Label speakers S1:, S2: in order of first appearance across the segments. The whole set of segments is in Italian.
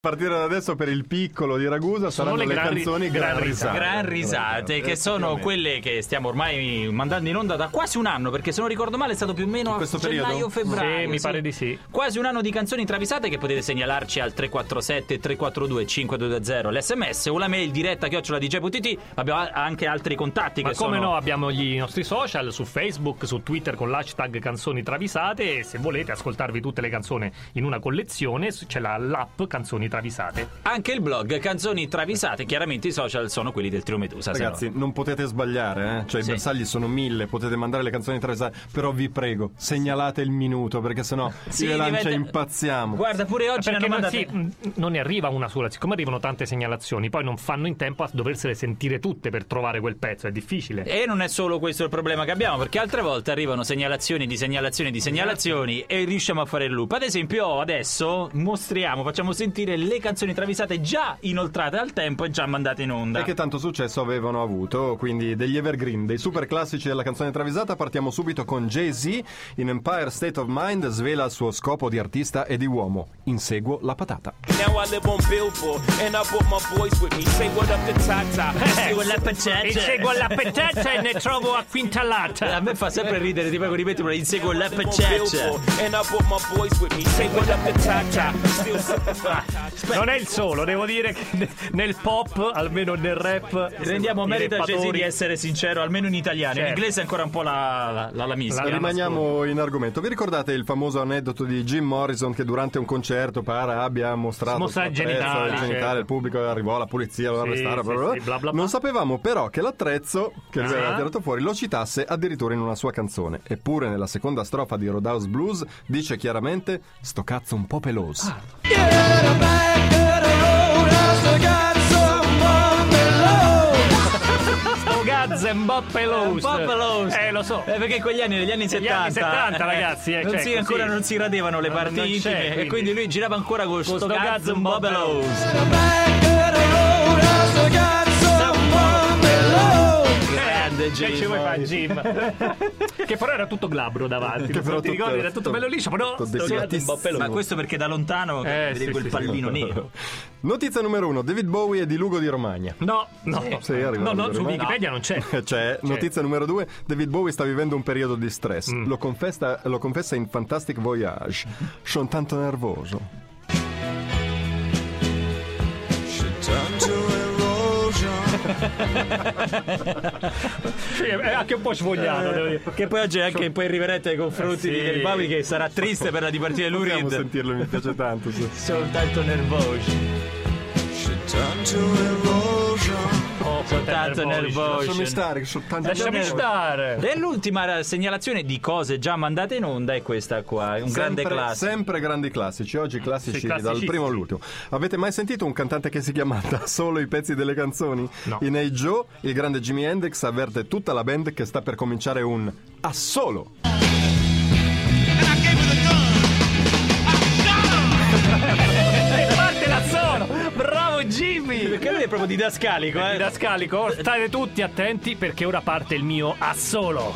S1: partire da adesso per il piccolo di Ragusa
S2: Sono
S1: saranno
S2: le
S1: le,
S2: gran, ri-
S1: canzoni
S2: gran risate, gran risate,
S1: risate,
S2: che sono quelle che stiamo ormai mandando in onda da quasi un anno, perché se non ricordo male è stato più o meno a
S1: questo periodo?
S2: gennaio febbraio.
S3: Sì, mi pare di sì.
S2: Quasi un anno di canzoni travisate che potete segnalarci al 347 342 520 l'SMS o la mail diretta chiocciola dj.it. Abbiamo a- anche altri contatti
S3: Ma
S2: che
S3: come
S2: sono
S3: no, abbiamo i nostri social su Facebook, su Twitter con l'hashtag canzoni travisate e se volete ascoltarvi tutte le canzoni in una collezione s- c'è la- l'app canzoni travisate.
S2: anche il blog canzoni travisate, chiaramente i social sono quelli del Trio Medusa, se no-
S1: Ragazzi, non potete sbagliare, eh? cioè
S2: Sì.
S1: i bersagli sono mille, potete mandare le canzoni travisate, però vi prego, segnalate il minuto perché sennò
S2: Sì,
S1: io e Lancia
S2: diventa-
S1: impazziamo.
S2: Guarda, pure oggi ne
S3: Perché
S2: hanno
S3: non,
S2: mandate
S3: si- mh, non ne arriva una sola, siccome arrivano tante segnalazioni, poi non fanno in tempo a doversele sentire tutte per trovare quel pezzo, è difficile.
S2: E non è solo questo il problema che abbiamo, perché altre volte arrivano segnalazioni di segnalazioni di segnalazioni e riusciamo a fare il loop. Ad esempio, adesso mostriamo, facciamo sentire le canzoni travisate già inoltrate al tempo e già mandate in onda.
S1: E che tanto successo avevano avuto, quindi degli evergreen, dei super classici della canzone travisata. Partiamo subito con Jay-Z. In Empire State of Mind svela il suo scopo di artista e di uomo. Inseguo la patata.
S4: Now I live on Billboard, and I brought my boys with me. Say what up to Tata.
S2: Eh,
S4: Still
S2: la patata.
S3: Inseguo la petezza e ne trovo a quintalata.
S2: cioè. A me fa sempre ridere, ti prego, ripeti, però inseguo la
S4: I live on
S2: pececcia.
S4: Billboard, And I brought my boys with me. Say what up to Tata. Still sipping my
S3: Non è il solo, devo dire che ne- nel pop, almeno nel rap,
S2: Rendiamo
S3: i
S2: merito a Jay-Z
S3: rappatori-
S2: di essere sincero, almeno in italiano. In
S3: Certo.
S2: inglese è ancora un po' la, la, la, la mischia.
S3: La- la-
S1: Rimaniamo in argomento. Vi ricordate il famoso aneddoto di Jim Morrison che durante un concerto para abbia mostrato
S3: Mostrato
S1: il suo
S3: i
S1: attrezzo,
S3: genitali,
S1: il
S3: certo.
S1: genitale, il pubblico arrivò, la polizia lo
S3: Sì,
S1: arrestava.
S3: sì,
S1: bla, bla,
S3: sì,
S1: bla.
S3: bla, bla, bla.
S1: Non sapevamo però che l'attrezzo che lui
S3: Ah.
S1: aveva tirato fuori lo citasse addirittura in una sua canzone. Eppure nella seconda strofa di Roadhouse Blues dice chiaramente sto cazzo un po' peloso.
S3: Ah, Sto Gazza e Mbappé
S2: Un
S3: Loose.
S2: po' peloso.
S3: Eh, lo so.
S2: Eh, perché quegli anni, negli anni 70,
S3: anni 70, ragazzi, eh,
S2: non
S3: cioè,
S2: si,
S3: così.
S2: ancora non si radevano le
S3: Non- non
S2: partite.
S3: c'è,
S2: E
S3: quindi.
S2: quindi lui girava ancora con sto
S3: sto
S2: cazzo
S3: cazzo
S2: un
S3: un po'
S2: po' peloso. Grande
S3: Eh, Che ci
S2: Jim.
S3: vuoi fare, Jim? che però era tutto glabro davanti.
S1: Che però
S3: ti ricordi,
S1: tutto-
S3: era tutto bello liscio, però.
S1: tutto
S3: sto
S1: depilato.
S3: cazzo un po' peloso.
S2: Ma questo perché da lontano
S3: Eh,
S2: vedi
S3: sì,
S2: quel
S3: sì, sì.
S2: pallino nero.
S1: Notizia numero uno, David Bowie è di Lugo di Romagna.
S3: No, no,
S1: Sì, arriva
S3: no,
S1: a
S3: no,
S1: vedere,
S3: su
S1: ma-
S3: Wikipedia non c'è.
S1: C'è Cioè, notizia numero due, David Bowie sta vivendo un periodo di stress. Lo, confessa, lo confessa in Fantastic Voyage. Sono tanto nervoso.
S3: Sì, è anche un po' svogliato, devo dire.
S2: Che poi oggi è anche poi irriverente nei confronti
S3: Eh,
S2: di
S3: sì.
S2: Garibaldi che sarà triste per la dipartita di
S1: Possiamo
S2: Lurid.
S1: sentirlo, mi piace tanto. sì.
S2: Soltanto nervoso.
S3: Oh,
S2: Soltanto
S1: Lasciami
S2: nervoso.
S1: stare, che sono tanto
S3: Lasciami
S1: nervoso.
S3: stare.
S2: E l'ultima segnalazione di cose già mandate in onda è questa qua, è un grande
S1: Sempre-
S2: classico.
S1: Sempre grandi classici, oggi classici,
S3: Sì,
S1: dal
S3: classicissimi.
S1: primo all'ultimo. Avete mai sentito un cantante che si chiama da solo i pezzi delle canzoni?
S3: No.
S1: In Hey Joe, il grande Jimi Hendrix avverte tutta la band che sta per cominciare un a solo.
S3: E parte la zona. Bravo, Jimmy.
S2: Perché lui è proprio didascalico, eh?
S3: Didascalico, state tutti attenti perché ora parte il mio a solo.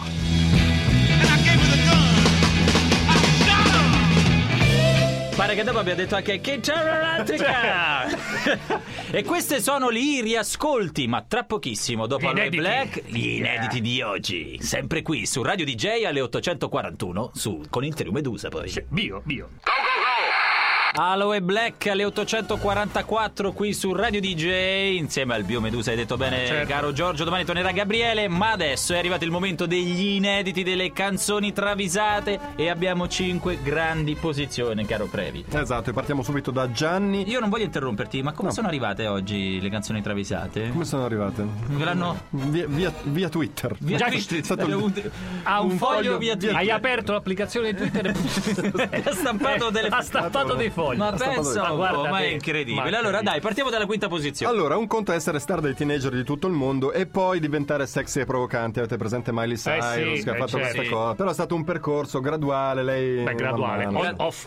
S2: Pare che dopo abbia detto anche che c'è un'altra
S3: Cioè.
S2: E questi sono i riascolti, ma tra pochissimo, dopo
S3: Gli
S2: Aloe
S3: inediti.
S2: Black, gli inediti di oggi. Sempre qui su Radio DJ alle 841, su, con il Trio Medusa poi.
S3: Cioè, Bio, bio.
S2: Aloe Black alle 844 qui su Radio DJ insieme al Bio Medusa hai detto bene
S3: Certo.
S2: caro Giorgio domani tornerà Gabriele ma adesso è arrivato il momento degli inediti delle canzoni travisate e abbiamo 5 grandi posizioni caro Previ
S1: Esatto, e partiamo subito da Gianni.
S2: io non voglio interromperti ma come
S1: No.
S2: sono arrivate oggi le canzoni travisate?
S1: Come sono arrivate?
S2: Ve l'hanno
S1: Via, via- via Twitter.
S2: via
S3: Già-
S2: Twitter,
S1: è stato
S2: un, ha un, foglio, via Twitter
S3: Hai aperto l'applicazione Twitter e
S2: ha stampato delle
S3: ha stampato dei
S1: stampato dei-
S3: fogli.
S2: ma pensa un
S3: Ma
S2: po',
S3: guarda
S2: ma è
S3: te,
S2: incredibile
S3: ma
S2: allora
S3: incredibile.
S2: dai partiamo dalla quinta posizione
S1: Allora, un conto è essere star dei teenager di tutto il mondo e poi diventare sexy e provocante. Avete presente Miley Cyrus
S3: sì,
S1: che ha
S3: eh,
S1: fatto
S3: certo.
S1: questa
S3: Sì.
S1: cosa. Però è stato un percorso graduale, lei
S3: Beh, graduale,
S1: man mano.
S3: on, off.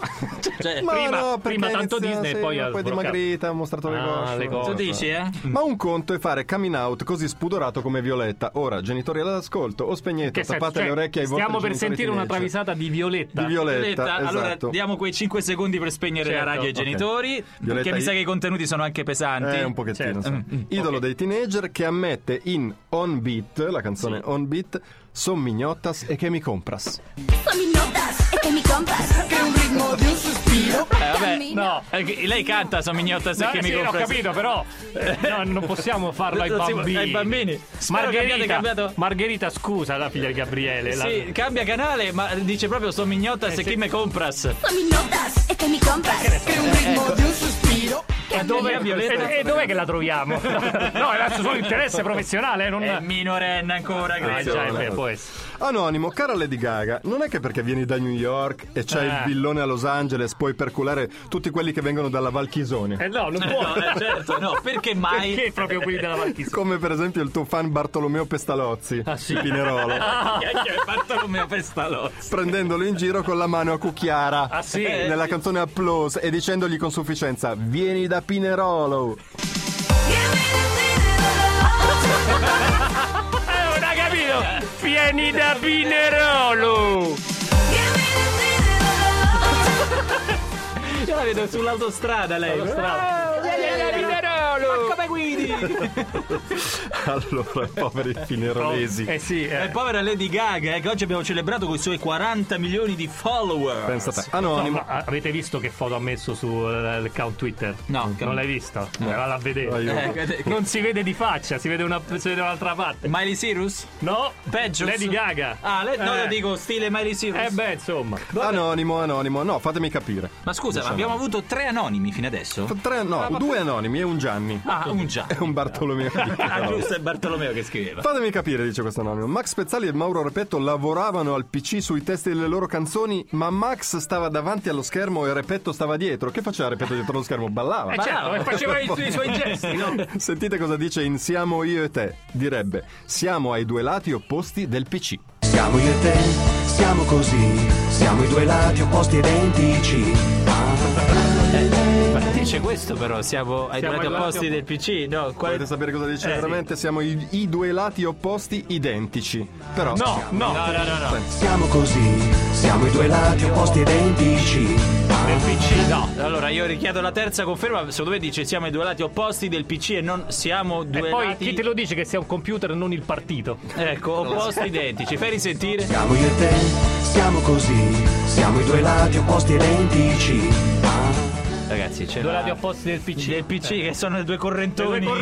S2: Cioè,
S1: Ma
S3: prima-
S1: no, perché
S3: prima
S1: ha
S3: tanto
S1: iniziato,
S3: Disney,
S1: sì,
S3: poi ha
S1: poi
S3: sbloccato.
S1: dimagrita, ha mostrato le
S3: Ah,
S1: cose.
S3: le cose.
S2: tu dici eh?
S1: Ma un conto è fare coming out così spudorato come Violetta. Ora, genitori all'ascolto, o spegnete,
S3: Che
S1: o
S3: senso?
S1: tappate
S3: Cioè,
S1: le orecchie ai vostri
S3: Stiamo per
S1: genitori
S3: sentire una
S1: teenager.
S3: travisata di Violetta.
S1: di Violetta.
S2: Letta,
S1: esatto.
S2: Allora diamo quei 5 secondi per spegnere della
S3: Certo.
S2: radio ai
S3: Ok.
S2: genitori. Perché
S1: Violetta,
S2: mi sa
S1: io-
S2: che i contenuti sono anche pesanti.
S1: Eh, un pochettino.
S3: Certo.
S1: sì. Idolo dei teenager che ammette in On Beat, la canzone On Beat, Son mignotas e che mi compras.
S5: Son mis notas, este es que mi compás. Que un ritmo de un suspiro.
S2: Eh, vabbè,
S5: camina.
S3: No.
S2: Eh, che- Lei canta, sono mignotta se
S3: No,
S2: che
S3: sì,
S2: mi
S3: ho
S2: compra-
S3: capito, però eh, no, non possiamo farlo ai
S2: Non si può-
S3: bambini.
S2: ai bambini. Spero che abbiate
S3: Margherita,
S2: cambiato-
S3: Margherita, scusa la figlia di Gabriele. la-
S2: Sì, cambia canale, ma dice proprio sono mignotta se chi me compras.
S5: Son mis notas, este es que mi compás. Que un ritmo de un suspiro.
S2: E dove è Violetta?
S3: E, e dov'è che la troviamo? no, è solo interesse professionale, eh, non...
S2: È minorenne ancora,
S1: Eh,
S3: Ah,
S2: credo.
S3: già,
S1: cioè.
S3: è vero, può essere.
S1: Anonimo, cara Lady Gaga, non è che perché vieni da New York e c'hai il
S3: Eh.
S1: villone a Los Angeles puoi perculare tutti quelli che vengono dalla Valchisone?
S3: Eh, no, non può.
S2: No, eh, certo, no, perché mai?
S3: Perché proprio quelli della Valchisola?
S1: Come per esempio il tuo fan Bartolomeo Pestalozzi
S3: Ah,
S1: di Ah, Pinerolo,
S3: Eh,
S2: Bartolomeo Pestalozzi.
S1: prendendolo in giro con la mano a cucchiara Eh.
S3: Ah, sì?
S1: nella canzone Applause e dicendogli con sufficienza Vieni da Pinerolo.
S3: Eh, non ha capito! Vieni da Pinerolo!
S2: Io la vedo sull'autostrada lei.
S3: Pinerolo!
S2: Come guidi?
S1: Allora, poveri pinerolesi.
S3: Eh sì, eh.
S2: E povera Lady Gaga, eh, che oggi abbiamo celebrato con i suoi 40 milioni di follower.
S1: Pensa a te.
S3: No,
S1: Anonimo.
S3: ma avete visto che foto ha messo sul account Twitter?
S2: No.
S3: Non l'hai vista? Eh, Valla a vedere.
S1: Aiuto.
S2: Eh,
S3: Non si vede di faccia, si vede, una, si vede un'altra parte.
S2: Miley Cyrus?
S3: No,
S2: Peggio.
S3: Lady Gaga.
S2: Ah, le- no,
S3: Eh.
S2: io dico stile Miley Cyrus.
S3: Eh beh, insomma.
S1: Anonimo, anonimo. No, fatemi capire.
S2: ma scusa, ma abbiamo avuto tre anonimi fino adesso?
S1: Tre- no,
S3: Ah,
S1: due anonimi e un Gianni.
S2: Ah, un già.
S1: E un Bartolomeo. di
S2: Ah,
S1: Pinerolo.
S2: giusto, è Bartolomeo che scriveva.
S1: Fatemi capire, dice questo anonimo. Max Pezzali e Mauro Repetto lavoravano al PC sui testi delle loro canzoni, ma Max stava davanti allo schermo e Repetto stava dietro. Che faceva Repetto dietro lo schermo? Ballava.
S3: Eh, certo, e faceva i, i suoi gesti, no?
S1: Sentite cosa dice in Siamo io e te. Direbbe: Siamo ai due lati opposti del PC.
S6: Siamo io e te, siamo così, siamo i due lati opposti identici.
S2: Ma dice questo però, siamo ai
S3: Siamo
S2: due
S3: ai
S2: opposti
S3: lati
S2: del PC, no? Quale...
S1: Volete sapere cosa dice
S2: Eh, sì.
S1: veramente? Siamo i, i due lati opposti identici. Però.
S3: No, no.
S2: No, no, no, no.
S6: Siamo così, siamo i due lati opposti identici.
S3: Nel PC, no.
S2: Allora io richiedo la terza conferma, secondo me dice siamo i due lati opposti del PC e non siamo
S3: E
S2: due
S3: poi
S2: lati
S3: chi te lo dice che sia un computer e non il partito?
S2: Ecco, opposti identici. Fai risentire.
S6: Siamo io e te, siamo così, siamo i due lati opposti identici.
S2: Ragazzi, c'è
S3: Due
S2: la-
S3: lati opposti Ah. del PC.
S2: del PC che sono due correntoni. Esatto.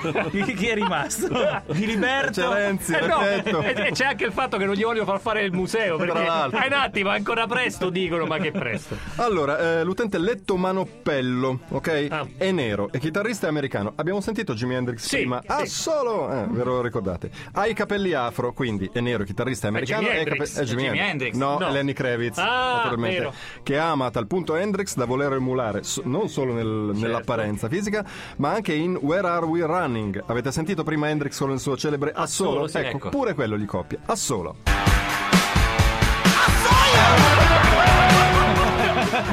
S3: Due correntoni.
S2: Chi- chi è rimasto?
S1: C'è
S2: Filiberto.
S1: Renzi,
S3: Eh no,
S1: Repetto.
S3: e e c'è anche il fatto che non gli voglio far fare il museo perché
S1: Tra l'altro.
S3: è un attimo, è ancora presto dicono, ma che presto.
S1: Allora, eh, l'utente Letto Manopello, ok?
S3: Ah.
S1: È nero, è chitarrista americano. Abbiamo sentito Jimi Hendrix
S3: Sì,
S1: prima. Ah,
S3: sì.
S1: solo! Eh, ve lo ricordate. Ha i capelli afro, quindi è nero, chitarrista americano.
S3: Jimi
S1: e
S3: Hendrix.
S1: è Jimi
S2: È Jimi
S1: Hendrix.
S2: Hendrix.
S1: No,
S3: No.
S1: è Lenny Kravitz,
S3: Ah,
S1: naturalmente.
S3: vero.
S1: Che ama a tal punto Hendrix da voler emulare, so- non solo nel-
S3: Certo.
S1: nell'apparenza fisica, ma anche in Where Are We Running. Avete sentito prima Hendrix con il suo celebre A solo?
S2: solo, sì,
S1: ecco,
S2: ecco.
S1: pure quello gli copia. A solo.
S2: Ah,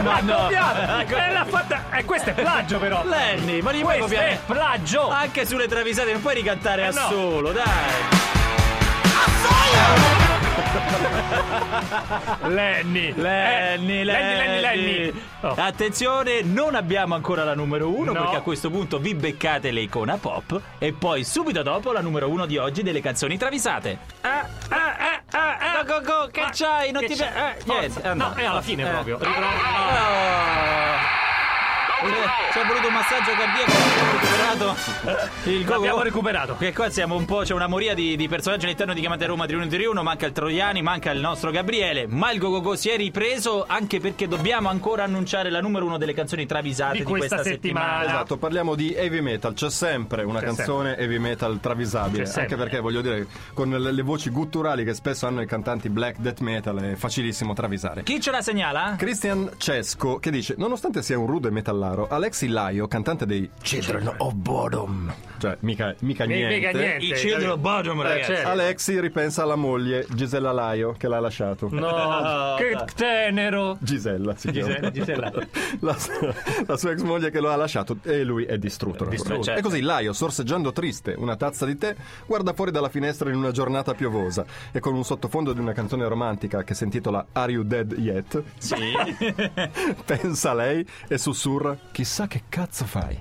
S3: Ma no! Eh, l'ha fatta... eh, questo è plagio però!
S2: Lenny, ma li puoi
S3: Questo è
S2: copiare?
S3: plagio!
S2: Anche sulle travisate non puoi ricantare a
S3: Eh no.
S2: solo, dai.
S3: Lenny!
S2: Lenny,
S3: Eh,
S2: Lenny,
S3: Lenny, Lenny! Oh.
S2: Attenzione, non abbiamo ancora la numero uno
S3: No.
S2: perché a questo punto vi beccate le icona pop e poi subito dopo la numero uno di oggi delle canzoni travisate.
S3: Ah, ah, ah, ah, ah.
S2: Go, go, go, che
S3: Ma-
S2: c'hai? Non
S3: che
S2: ti
S3: c'è?
S2: piace? Eh,
S3: Forza.
S2: niente, eh, no.
S3: no, Ah, è alla fine
S2: Eh.
S3: proprio.
S2: C'è, c'è Eh, voluto un massaggio cardiaco recuperato il
S3: L'abbiamo
S2: go-go.
S3: recuperato.
S2: Che qua siamo un po', c'è una moria di, di personaggi all'interno di Chiamate Roma 31 31, manca il Troiani, manca il nostro Gabriele, ma il Gogogo si è ripreso anche perché dobbiamo ancora annunciare la numero uno delle canzoni travisate
S3: Di
S2: di,
S3: questa settimana.
S1: Esatto, parliamo di heavy metal, c'è sempre una
S3: Ah, C'è
S1: canzone heavy metal travisabile,
S3: C'è sempre.
S1: anche perché voglio dire, con le, le voci gutturali che spesso hanno i cantanti black death metal è facilissimo travisare.
S2: Chi ce la segnala?
S1: Christian Cesco che dice, nonostante sia un rude metallaro, Lazzaro, Alexi Laio, cantante dei Children of Bodom. Cioè, mica, mica
S3: Mi-
S1: niente.
S3: mica niente.
S2: I Children of Bodom,
S3: Eh,
S2: ragazzi.
S3: certo.
S1: Alexi ripensa alla moglie Gisella Laio che l'ha lasciato.
S3: No, che tenero.
S1: Gisella si chiama.
S3: Gisella, Gisella.
S1: La, sua- la sua ex moglie che lo ha lasciato e lui è distrutto. naturalmente.
S2: certo.
S1: E così Laio, sorseggiando triste una tazza di tè, guarda fuori dalla finestra in una giornata piovosa e con un sottofondo di una canzone romantica che si intitola Are You Dead Yet?
S2: Sì.
S1: Pensa a lei e sussurra: Chissà che cazzo fai.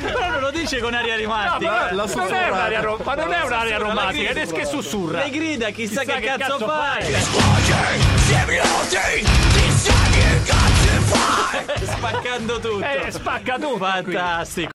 S2: Però non lo dice con aria romantica.
S1: ma- la
S3: non
S1: sussurrata.
S3: è un'aria ro- ma non è un'aria
S2: sussurra, la
S3: romantica,
S2: grida.
S3: è che sussurra.
S2: Le grida, chissà, che, cazzo, fai. Spaccando tutto.
S3: Eh, spacca tutto. qui.
S2: Fantastico.